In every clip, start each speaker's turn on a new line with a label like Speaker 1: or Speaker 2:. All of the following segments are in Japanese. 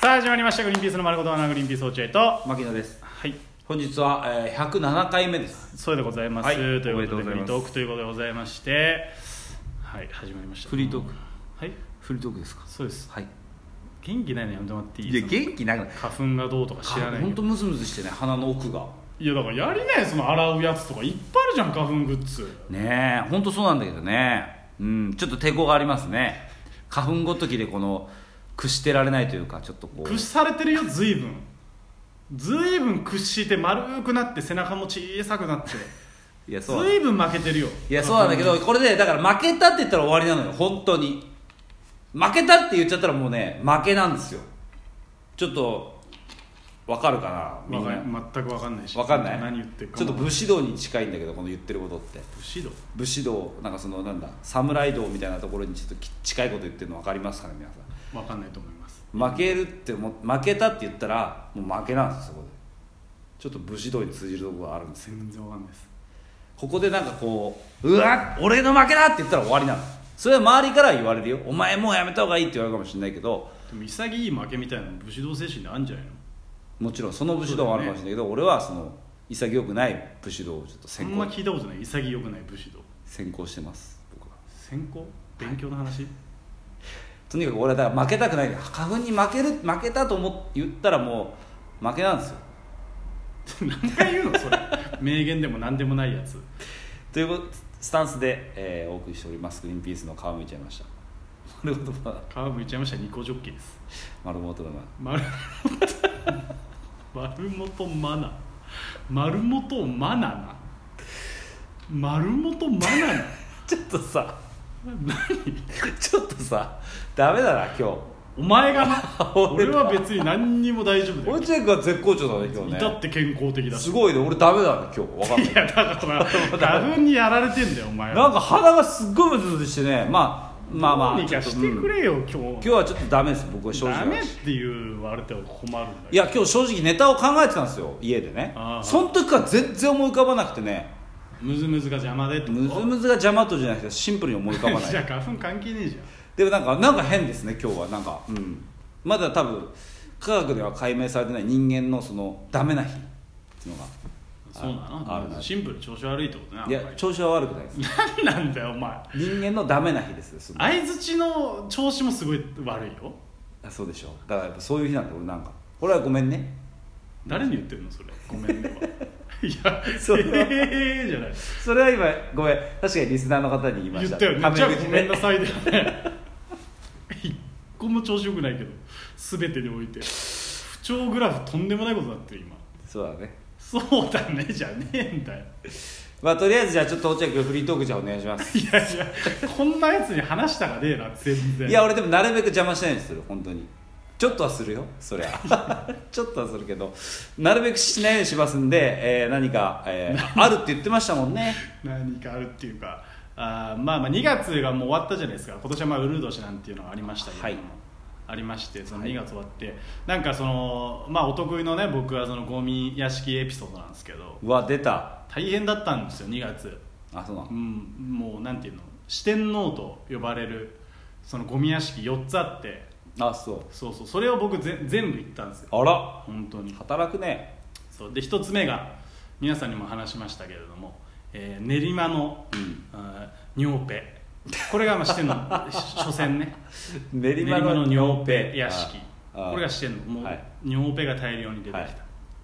Speaker 1: さあ始まりました「グリーンピースの丸ごと穴グリーンピース落合」と
Speaker 2: 牧野です
Speaker 1: はい
Speaker 2: 本日は、えー、107回目です
Speaker 1: そうでございます、
Speaker 2: はい
Speaker 1: ということ
Speaker 2: おめでとう
Speaker 1: で
Speaker 2: ござ
Speaker 1: フ
Speaker 2: い
Speaker 1: リ
Speaker 2: ま
Speaker 1: ー
Speaker 2: す
Speaker 1: トークということでございましてはい始まりました
Speaker 2: フリートーク
Speaker 1: はい
Speaker 2: フリートークですか
Speaker 1: そうです
Speaker 2: はい
Speaker 1: 元気ないのやめてもらっていい
Speaker 2: いや元気なくない
Speaker 1: 花粉がどうとか知らない
Speaker 2: ほ
Speaker 1: け
Speaker 2: んと
Speaker 1: ど
Speaker 2: ムズムズしてね鼻の奥が
Speaker 1: いやだからやりないその洗うやつとかいっぱいあるじゃん花粉グッズ
Speaker 2: ねえほんとそうなんだけどねうんちょっと抵抗がありますね花粉ごときでこの屈してられないというかちょっとこう
Speaker 1: 屈されてるよ随分随分屈して丸くなって背中も小さくなって
Speaker 2: いやそう
Speaker 1: 随分負けてるよ
Speaker 2: いやそうなんだけどこれでだから負けたって言ったら終わりなのよ本当に負けたって言っちゃったらもうね負けなんですよちょっとわかるかなみ
Speaker 1: わ
Speaker 2: ん
Speaker 1: か
Speaker 2: な
Speaker 1: 全く分かんないし
Speaker 2: わかんない
Speaker 1: 何言ってるか
Speaker 2: ちょっと
Speaker 1: も
Speaker 2: 武士道に近いんだけどこの言ってることって
Speaker 1: 武士道
Speaker 2: 武士道なんかそのなんだ侍道みたいなところにちょっとき近いこと言ってるの分かりますかね皆さん
Speaker 1: 分かんないと思います
Speaker 2: 負けるっても負けたって言ったらもう負けなんですよそこでちょっと武士道に通じるところがあるんですよ
Speaker 1: 全然わかんないです
Speaker 2: ここでなんかこう「うわ俺の負けだ!」って言ったら終わりなのそれは周りからは言われるよ「お前もうやめた方がいい」って言われるかもしれないけど
Speaker 1: でも潔い負けみたいなの武士道精神であるんじゃないの
Speaker 2: もちろんその武士道はあるかもしれないけど、俺はその潔くない武士道をちょっと
Speaker 1: あ
Speaker 2: 先
Speaker 1: んま
Speaker 2: 行
Speaker 1: 聞いたことない潔くない武士道
Speaker 2: 先行してます僕は
Speaker 1: 先行勉強の話、
Speaker 2: とにかく俺はだから負けたくない花粉に負ける負けたと思って言ったらもう負けなんですよ
Speaker 1: 何回言うのそれ名言でも何でもないやつ
Speaker 2: というスタンスで、えーお送りしておりますグリーンピースの皮むいちゃいました丸ごとバナナ
Speaker 1: 皮むいちゃいましたニコジョッキーです
Speaker 2: 丸ごとバナナ
Speaker 1: 丸本丸本マナ丸本マナナ丸本マナナ
Speaker 2: ちょっとさ
Speaker 1: 何
Speaker 2: ちょっとさダメだな今
Speaker 1: お前がな
Speaker 2: 俺
Speaker 1: 俺は別に何にも大丈夫
Speaker 2: 日
Speaker 1: だよ
Speaker 2: 俺チェックは絶好調だね今
Speaker 1: 至っ
Speaker 2: 日
Speaker 1: て健康的だ
Speaker 2: ね
Speaker 1: し
Speaker 2: すごいね俺ダメだね今日わかんない
Speaker 1: いやだから花粉にやられてんだよお前
Speaker 2: なん
Speaker 1: は
Speaker 2: か鼻がすっごいムズムズしてねまあまあまあ
Speaker 1: どうにか
Speaker 2: ちょっ
Speaker 1: し
Speaker 2: と
Speaker 1: てく
Speaker 2: うん
Speaker 1: れよ今
Speaker 2: 今
Speaker 1: 日
Speaker 2: 日はちょっとダメです僕は正直な
Speaker 1: ダ
Speaker 2: 話
Speaker 1: メって言われては困るんだよ
Speaker 2: いや今日正直ネタを考えてたんですよ家でね
Speaker 1: ああ
Speaker 2: その時から全然思い浮かばなくてね
Speaker 1: ムズムズが邪魔でって
Speaker 2: ムズムズが邪魔とじゃなくてシンプルに思い浮か ば
Speaker 1: じ
Speaker 2: な
Speaker 1: ゃあ
Speaker 2: い
Speaker 1: 花粉関係ねえじゃ
Speaker 2: でもなんかなんか変ですね今日はなんか、うん、まだ多分科学では解明されてない人間のそのダメな日っていうの
Speaker 1: んそうなの
Speaker 2: あるな
Speaker 1: シンプルに調子悪いってことな
Speaker 2: がいや
Speaker 1: お前
Speaker 2: 調子は悪くないです
Speaker 1: 何なんだよお前
Speaker 2: 人間のダメな日ですその
Speaker 1: 相づちの調子もすごい悪いよ
Speaker 2: あそうでしょだからやっぱそういう日なんだ俺なんか俺はごめんね
Speaker 1: 誰に言ってるのそれごめん ねはいや
Speaker 2: それは
Speaker 1: ええじゃない
Speaker 2: それは今ごめん確かにリスナーの方に言いま
Speaker 1: 言
Speaker 2: した
Speaker 1: ったよね
Speaker 2: タメ
Speaker 1: じゃあ
Speaker 2: 口
Speaker 1: ごめんなさいだよね一個も調子よくないけど全てにおいて不調グラフとんでもないことだって今
Speaker 2: そうだね
Speaker 1: そうだねじゃねえんだよ
Speaker 2: まあとりあえずじゃあちょっと落合君フリートークじゃあお願いします
Speaker 1: いやいやこんなやつに話したがねえな全然
Speaker 2: いや俺でもなるべく邪魔しないようにする本当にちょっとはするよそりゃ ちょっとはするけどなるべくしないようにしますんで、えー何か、え ーあるって言ってましたもんね
Speaker 1: 何かあるっていうかあーまあまあ2月がもう終わったじゃないですか今年はまあウルー年なんていうのがありましたけども、
Speaker 2: はい
Speaker 1: ありましてその
Speaker 2: はい
Speaker 1: 2月終わって、なんかそのまあお得意のね僕はそのゴミ屋敷エピソードなんですけど
Speaker 2: うわ出た
Speaker 1: 大変だったんですよ2月
Speaker 2: あそうな
Speaker 1: うんん、もうなんていうの四天王と呼ばれるそのゴミ屋敷4つあって
Speaker 2: あそう
Speaker 1: そうそうそれを僕ぜ全部行ったんですよ
Speaker 2: あら
Speaker 1: 本当に
Speaker 2: 働くね
Speaker 1: そうで1つ目が皆さんにも話しましたけれども、えー練馬の、
Speaker 2: うん
Speaker 1: あー尿ペこれがまあ四 天王初戦ね
Speaker 2: 練
Speaker 1: 練馬の尿ペ屋敷
Speaker 2: ああ
Speaker 1: これが四天王もう、
Speaker 2: はい
Speaker 1: 尿ペが大量に出てきた、
Speaker 2: はい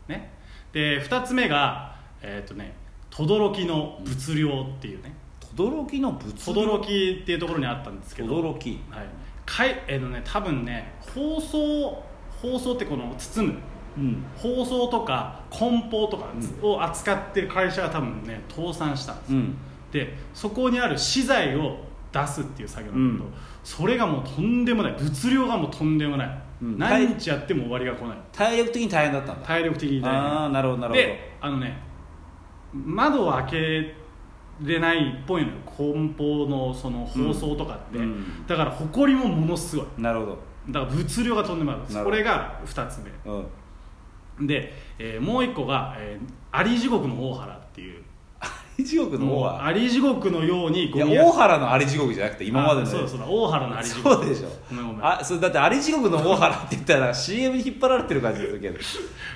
Speaker 1: ねで2つ目がえっ、とね轟の物量っていうね、
Speaker 2: 轟の仏
Speaker 1: 轟っていうところにあったんですけど
Speaker 2: 轟き
Speaker 1: はいかいえーのね多分ね包装包装ってこの包む
Speaker 2: うん
Speaker 1: 包装とか梱包とか
Speaker 2: う
Speaker 1: を扱ってる会社が多分ね倒産したんです
Speaker 2: う
Speaker 1: よ、
Speaker 2: ん
Speaker 1: でそこにある資材を出すっていう作業なんだけど、
Speaker 2: うん
Speaker 1: それがもうとんでもない物量がもうとんでもない、
Speaker 2: うん
Speaker 1: 何日やっても終わりが来ない
Speaker 2: 体力的に大変だったんだ
Speaker 1: 体力的に大変
Speaker 2: ああなるほどなるほど
Speaker 1: であのね窓を開けれないっぽいのよ梱包のその包装とかって、
Speaker 2: うんうん
Speaker 1: だから埃もものすごい
Speaker 2: なるほ
Speaker 1: だから物量がとんでもない
Speaker 2: なるほど
Speaker 1: これが2つ目
Speaker 2: どうん
Speaker 1: で、えーもう1個が、えーアリ地獄の大原っていう
Speaker 2: り地獄の王は
Speaker 1: アリ地獄のように
Speaker 2: い
Speaker 1: ゴ
Speaker 2: や
Speaker 1: ミ
Speaker 2: 大原のあり地獄じゃなくて今までの
Speaker 1: あそうだそうだ大原のアリ地獄
Speaker 2: そうでしょ
Speaker 1: ごめんごめん
Speaker 2: あそれだってあり地獄の大原って言ったらなんか CM に引っ張られてる感じするけど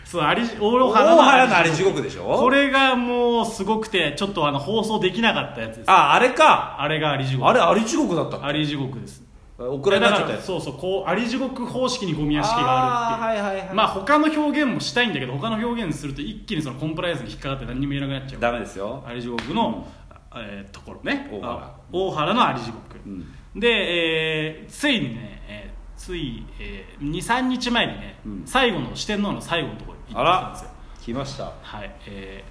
Speaker 1: そうアリ
Speaker 2: 大
Speaker 1: 大原
Speaker 2: 原のあり地獄でしょ
Speaker 1: これがもうすごくてちょっとあの放送できなかったやつですあ
Speaker 2: ああれか
Speaker 1: れがアリ地獄
Speaker 2: あれあり地獄だったっ
Speaker 1: アリ地獄です
Speaker 2: けオクラになっちゃった
Speaker 1: だから
Speaker 2: やつ
Speaker 1: そうそうこうアリ地獄方式にゴミ屋敷があるっていう
Speaker 2: あーはいはいはい
Speaker 1: まあ他の表現もしたいんだけど他の表現すると一気にそのコンプライアンスに引っかかって何にも言えなくなっちゃう
Speaker 2: ダメですよ
Speaker 1: アリ地獄の、えーところね
Speaker 2: 大原
Speaker 1: あ大原のアリ地獄、
Speaker 2: うん
Speaker 1: で、えーついにね、えーつい、え23日前にね、
Speaker 2: うん
Speaker 1: 最後の四天王の最後のところに行っ
Speaker 2: あ
Speaker 1: てきたんで
Speaker 2: ら
Speaker 1: すよ
Speaker 2: 来ました
Speaker 1: はいえ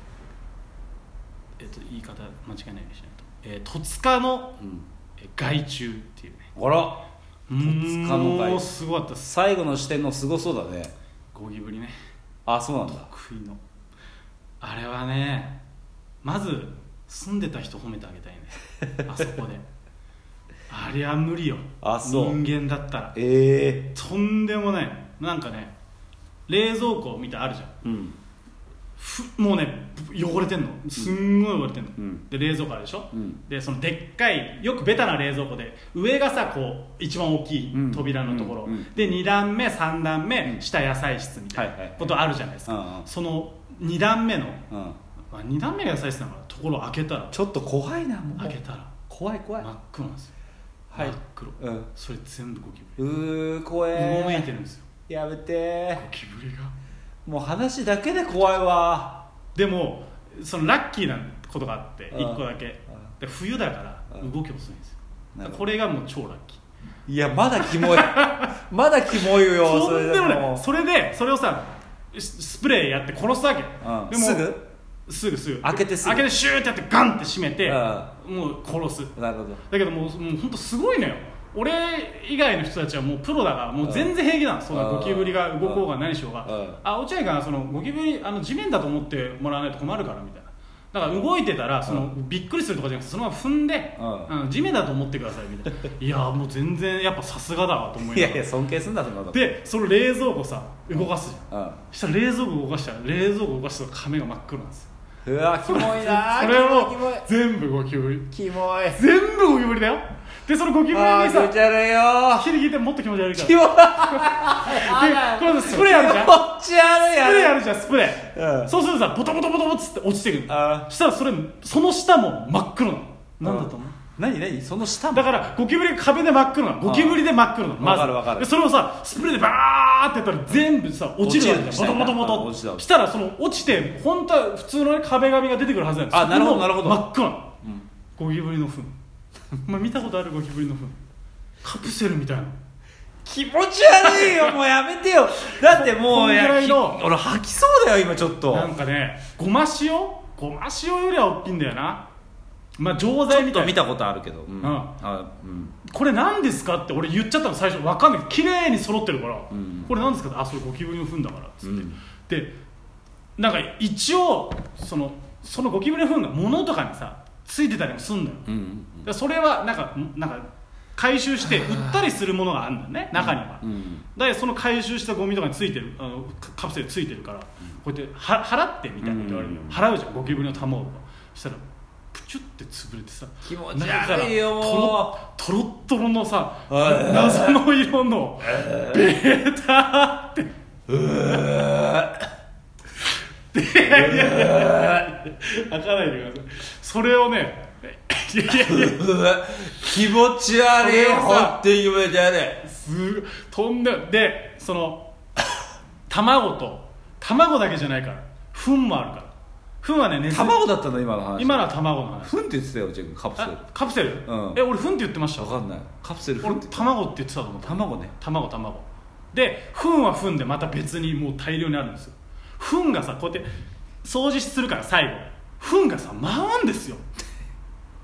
Speaker 1: ーえっと言い方間違いないようにしないと、えー、戸塚の
Speaker 2: うん
Speaker 1: えー害虫っていうね
Speaker 2: あら塚の害虫
Speaker 1: もうすごかったです
Speaker 2: 最後の視点のすごそうだね
Speaker 1: ゴキブリね
Speaker 2: あそうなんだ
Speaker 1: 得意のあれはねまず住んでた人褒めてあげたい ねあそこであれは無理よ
Speaker 2: あそう
Speaker 1: 人間だったら
Speaker 2: ええ
Speaker 1: とんでもないなんかね冷蔵庫みたいあるじゃん
Speaker 2: うん
Speaker 1: ふもうねぶ汚れてんのすんごい汚れてんの、
Speaker 2: うん
Speaker 1: で冷蔵庫あるでしょ、
Speaker 2: うん
Speaker 1: でそのでっかいよくベタな冷蔵庫で上がさこう一番大きい
Speaker 2: うん
Speaker 1: 扉のところ、
Speaker 2: うんうん
Speaker 1: で2段目3段目、
Speaker 2: うん
Speaker 1: 下野菜室みたい
Speaker 2: はいはい
Speaker 1: なことあるじゃないですか、
Speaker 2: うんうん
Speaker 1: その2段目の、
Speaker 2: うん
Speaker 1: まあ、2段目が野菜室なのかなところ開けたら
Speaker 2: ちょっと怖いなも
Speaker 1: 開
Speaker 2: う
Speaker 1: けたら
Speaker 2: 怖い怖い
Speaker 1: 真っ黒なんですよ、
Speaker 2: はい
Speaker 1: 真っ黒、
Speaker 2: うん
Speaker 1: それ全部ゴキブ
Speaker 2: うー怖
Speaker 1: リ
Speaker 2: え
Speaker 1: うごめいてるんですよ
Speaker 2: やめて
Speaker 1: ゴキブリが
Speaker 2: もう話だけで怖いわ
Speaker 1: でもそのラッキーなことがあって
Speaker 2: うん
Speaker 1: 1個だけ
Speaker 2: うん
Speaker 1: で冬だから
Speaker 2: うん
Speaker 1: 動き遅いんですよ
Speaker 2: なるほど
Speaker 1: これがもう超ラッキー
Speaker 2: いやまだキ モいまだキモいよ
Speaker 1: とんでもな
Speaker 2: も
Speaker 1: いそれでそれをさススプレーやって殺すわけ、
Speaker 2: うん
Speaker 1: でも
Speaker 2: すぐ
Speaker 1: すぐすぐ
Speaker 2: 開けてすぐ
Speaker 1: 開けてシューってやってガンって閉めて、
Speaker 2: う
Speaker 1: もう殺す
Speaker 2: なるほど
Speaker 1: だけどもうもう本当すごいのよ俺以外の人たちはもうプロだからもう全然平気なの、そんな
Speaker 2: うん
Speaker 1: ゴキブリが動こうが何しようが、
Speaker 2: うん
Speaker 1: あ落合君はそのゴキブリあの地面だと思ってもらわないと困るからみたいなだから動いてたらその、びっくりするとかじゃなくてそのまま踏んで、
Speaker 2: う
Speaker 1: うん地面だと思ってくださいみたいないやもう全然やっぱさすがだわと思い
Speaker 2: い
Speaker 1: な
Speaker 2: や
Speaker 1: が
Speaker 2: い
Speaker 1: ら
Speaker 2: や尊敬すんだそんなこと
Speaker 1: でその冷蔵庫さ動かすじゃん、
Speaker 2: うん
Speaker 1: したら冷蔵庫動かしたら冷蔵庫動かしたら亀が真っ黒なんですよ
Speaker 2: うわキモい な
Speaker 1: それ
Speaker 2: キ
Speaker 1: も
Speaker 2: モい
Speaker 1: 全部ゴキブリ
Speaker 2: キモい
Speaker 1: 全部ゴキブリだよでそのゴキブリに
Speaker 2: あー気
Speaker 1: さ
Speaker 2: 持ち悪いよ
Speaker 1: 切り切ってもっと気持ち悪いか
Speaker 2: 気持
Speaker 1: らでこれスプレーあるじゃんスプ
Speaker 2: ち悪い
Speaker 1: レーあ
Speaker 2: や
Speaker 1: るじゃんスプレー、
Speaker 2: うん
Speaker 1: そうするとさボトボトボトボトって落ちてくる
Speaker 2: あ
Speaker 1: のしたらそれその下も真っ黒なのなんだと思う
Speaker 2: 何何その下も
Speaker 1: だからゴキブリが壁で真っ黒なのゴキブリで真っ黒なの
Speaker 2: うん
Speaker 1: まず
Speaker 2: わかるわかる
Speaker 1: でそれをさスプレーでバーってやったら全部さ落ちるわけ
Speaker 2: 落
Speaker 1: じ
Speaker 2: ち
Speaker 1: ゃ
Speaker 2: る
Speaker 1: んボトボト
Speaker 2: うん
Speaker 1: ボ
Speaker 2: 落ちた
Speaker 1: トしたらその落ちて本当は普通のね壁紙が出てくるはずなんです
Speaker 2: あなるほど
Speaker 1: それも
Speaker 2: なるほど
Speaker 1: 真っ黒なの、ゴキブリの糞お前見たことあるゴキブリの糞カプセルみたいな
Speaker 2: 気持ち悪い よもうやめてよだっても
Speaker 1: こ
Speaker 2: うん
Speaker 1: ぐらいの
Speaker 2: やき俺吐きそうだよ今ちょっと
Speaker 1: なんかねごま塩ごま塩よりは大きいんだよなまあ錠
Speaker 2: ち
Speaker 1: 剤
Speaker 2: ょっ
Speaker 1: みた
Speaker 2: と
Speaker 1: い
Speaker 2: 見
Speaker 1: な
Speaker 2: たことあるけど、う
Speaker 1: ん
Speaker 2: んあうん
Speaker 1: これ何ですかって俺言っちゃったの最初分かんない綺麗に揃ってるから、
Speaker 2: ん
Speaker 1: これ何ですかってあそれゴキブリの糞だからっつって、
Speaker 2: うん
Speaker 1: でなんか一応そのそのゴキブリの糞が物とかにさついてたりもすんのよ、
Speaker 2: うんうん
Speaker 1: でそれはなんかなんか回収して売ったりするものがあるんだよね中には、
Speaker 2: うん
Speaker 1: でその回収したゴミとかについてるあのカカプセルついてるから、こうやっては払ってみたいな言われるの、
Speaker 2: うん
Speaker 1: 払うじゃんゴキブリの卵をそしたらプチュって潰れてさ
Speaker 2: 気持ち悪いよ
Speaker 1: 中
Speaker 2: もう
Speaker 1: からトロトロットロのさ
Speaker 2: えー
Speaker 1: 謎の色のベータって いやいやいや開かないでくださいそれをねいやいやいや
Speaker 2: うわ気持ち悪い
Speaker 1: それはさ
Speaker 2: 本当に気持ち悪い
Speaker 1: すごいとんでもでその 卵と卵だけじゃないから糞もあるから糞はね熱
Speaker 2: 卵だったの今の話
Speaker 1: 今のは卵の話
Speaker 2: フンって言ってたよジェイ君カプセル
Speaker 1: あカプセル、
Speaker 2: うん
Speaker 1: え俺糞って言ってました
Speaker 2: わかんないカプセルフン
Speaker 1: 俺
Speaker 2: って
Speaker 1: 卵って言ってたと思った
Speaker 2: 卵ね
Speaker 1: 卵卵で糞は糞でまた別にもう大量にあるんですよ糞がさこうやって掃除するから最後糞がさ舞うん ですよ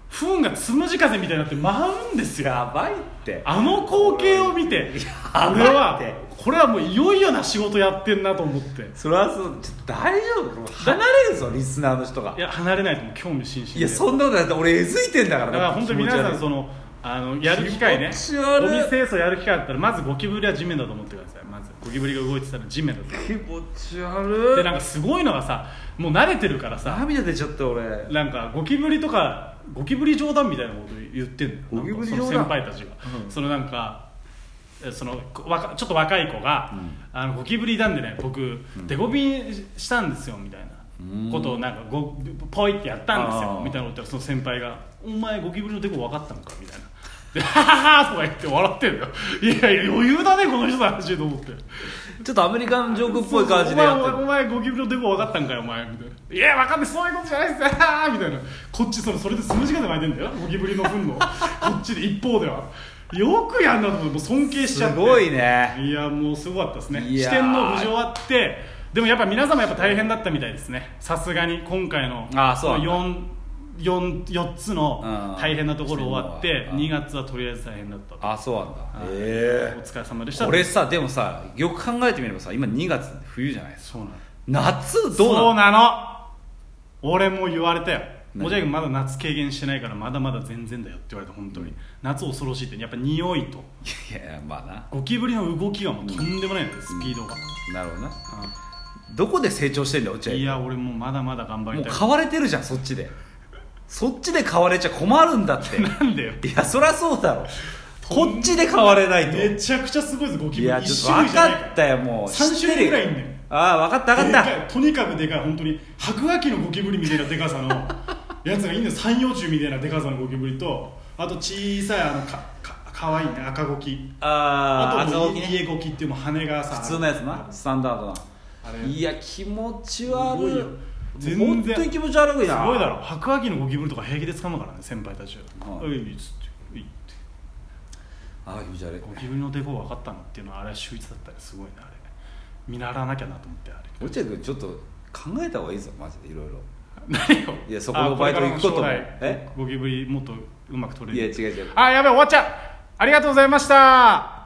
Speaker 1: 糞がつむじ風みたいになって舞うんですよ
Speaker 2: やばいって
Speaker 1: あの光景を見て
Speaker 2: や
Speaker 1: 俺は
Speaker 2: 待って
Speaker 1: これはもういよいよな仕事やってんなと思って
Speaker 2: それはそうちょっと大丈夫もう離れるぞリスナーの人が
Speaker 1: いや離れないともう興味津々で
Speaker 2: いやそんなことだって俺えずいてんだから
Speaker 1: だから本当に皆さん
Speaker 2: う
Speaker 1: そのあのやる機会ね
Speaker 2: 気持ち
Speaker 1: ゴ
Speaker 2: 悪い
Speaker 1: ミ清掃やる機会だったらまずゴキブリは地面だと思ってくださいまずゴキブリが動いてたら地面だと
Speaker 2: 気持ち悪
Speaker 1: で
Speaker 2: い
Speaker 1: なんかすごいのがさもう慣れてるからさ
Speaker 2: 涙出ちゃった俺
Speaker 1: なんかゴキブリとかゴキブリ冗談みたいなこと言ってんのよ
Speaker 2: ゴキブリ
Speaker 1: なんかその
Speaker 2: 冗談
Speaker 1: 先輩たちが、
Speaker 2: うん
Speaker 1: そのなんかえそのこわかちょっと若い子が、
Speaker 2: うん
Speaker 1: あのゴキブリなんでね僕、デコピンしたんですよみたいな
Speaker 2: うん
Speaker 1: ことをなんかごポイってやったんです
Speaker 2: あ
Speaker 1: よ
Speaker 2: ー
Speaker 1: みたいなこと言ったらその先輩が「お前ゴキブリのデコ分かったのか?」みたいな。で「ハハハ」とか言って笑ってんだよいやいや余裕だねこの人たちと思って
Speaker 2: ちょっとアメリカンジョークっぽい感じでやって
Speaker 1: お前お前
Speaker 2: る
Speaker 1: お前ゴキブリのデコ分かったんかよお前みたいないや分かんないそういうことじゃないっすよあーみたいなこっちそのそれでつむじ風巻いてんだよゴキブリの糞 のこっちで一方ではよくやんなと思ってもう尊敬しちゃって
Speaker 2: すごいね
Speaker 1: いやもうすごかったですね
Speaker 2: い
Speaker 1: 四
Speaker 2: やー
Speaker 1: 天王無事終わってでもやっぱ皆様やっぱ大変だったみたいですねさすがに今回の
Speaker 2: あーそうなんだ
Speaker 1: 4, 4, 四つの大変なところ終わって
Speaker 2: うん
Speaker 1: 2月はとりあえず大変だったと
Speaker 2: あそうなんだ
Speaker 1: はい
Speaker 2: え
Speaker 1: お
Speaker 2: え
Speaker 1: 疲れ様でした
Speaker 2: これさでもさよく考えてみればさ今2月冬じゃないですか
Speaker 1: そうなの
Speaker 2: 夏どう
Speaker 1: そう
Speaker 2: なの
Speaker 1: なの俺も言われたよ
Speaker 2: 何
Speaker 1: もじゃくんまだ夏軽減してないからまだまだ全然だよって言われた本当に、夏恐ろしいってやっぱ匂いと
Speaker 2: いやいやまあ
Speaker 1: ゴキブリの動きがもうとんでもないのよスピードが、
Speaker 2: ななるほどなどこで成長してんだよ落合
Speaker 1: いや俺もうまだまだ頑張
Speaker 2: も
Speaker 1: り
Speaker 2: う
Speaker 1: たい
Speaker 2: 買われてるじゃんそっちでそっちで買われちゃ困るんだって
Speaker 1: なんだよ
Speaker 2: いやそりゃそうだろこっちで買われないと
Speaker 1: めちゃくちゃすごいですゴキブ
Speaker 2: い
Speaker 1: リ
Speaker 2: や
Speaker 1: 1
Speaker 2: ちょっ
Speaker 1: 種
Speaker 2: と
Speaker 1: 類
Speaker 2: 分
Speaker 1: じゃない
Speaker 2: かったよもう
Speaker 1: 3
Speaker 2: 知
Speaker 1: 種
Speaker 2: っ
Speaker 1: 類
Speaker 2: てるよ
Speaker 1: ぐらいいんだよ
Speaker 2: ああ分かった分かった
Speaker 1: でかいとにかくでかい本当に白亜紀のゴキブリみたいなでかさのやつがいいんだよ三葉虫みたいなでかさのゴキブリとあと小さいあのかかかわいいね赤ゴキ
Speaker 2: あ
Speaker 1: あと
Speaker 2: あ赤
Speaker 1: もう
Speaker 2: 置きね
Speaker 1: 家ゴキっていうもう羽がさ
Speaker 2: 普通のやつなスタンダードな
Speaker 1: あれ
Speaker 2: いや気持ち
Speaker 1: すごい
Speaker 2: 悪
Speaker 1: よ
Speaker 2: い
Speaker 1: 全然
Speaker 2: 本当に気持ち悪い
Speaker 1: す
Speaker 2: な
Speaker 1: ごいだろ白亜紀のゴキブリとか平気で掴むからね先輩たちは「
Speaker 2: は
Speaker 1: お
Speaker 2: い
Speaker 1: い」っつって「おい」って
Speaker 2: ああ気持ち悪い
Speaker 1: ゴキブリのデコ分かったのっていうのはあれは秀逸だったねすごいねあれ見習わなきゃなと思ってあれ
Speaker 2: 落合君ちょっと考えた方がいいぞマジでいろいろ
Speaker 1: 何を
Speaker 2: いやそこのバイト行く こともえ
Speaker 1: えゴキブリもっとうまく取れる
Speaker 2: いや違う違う
Speaker 1: あやべえ終わっちゃうありがとうございました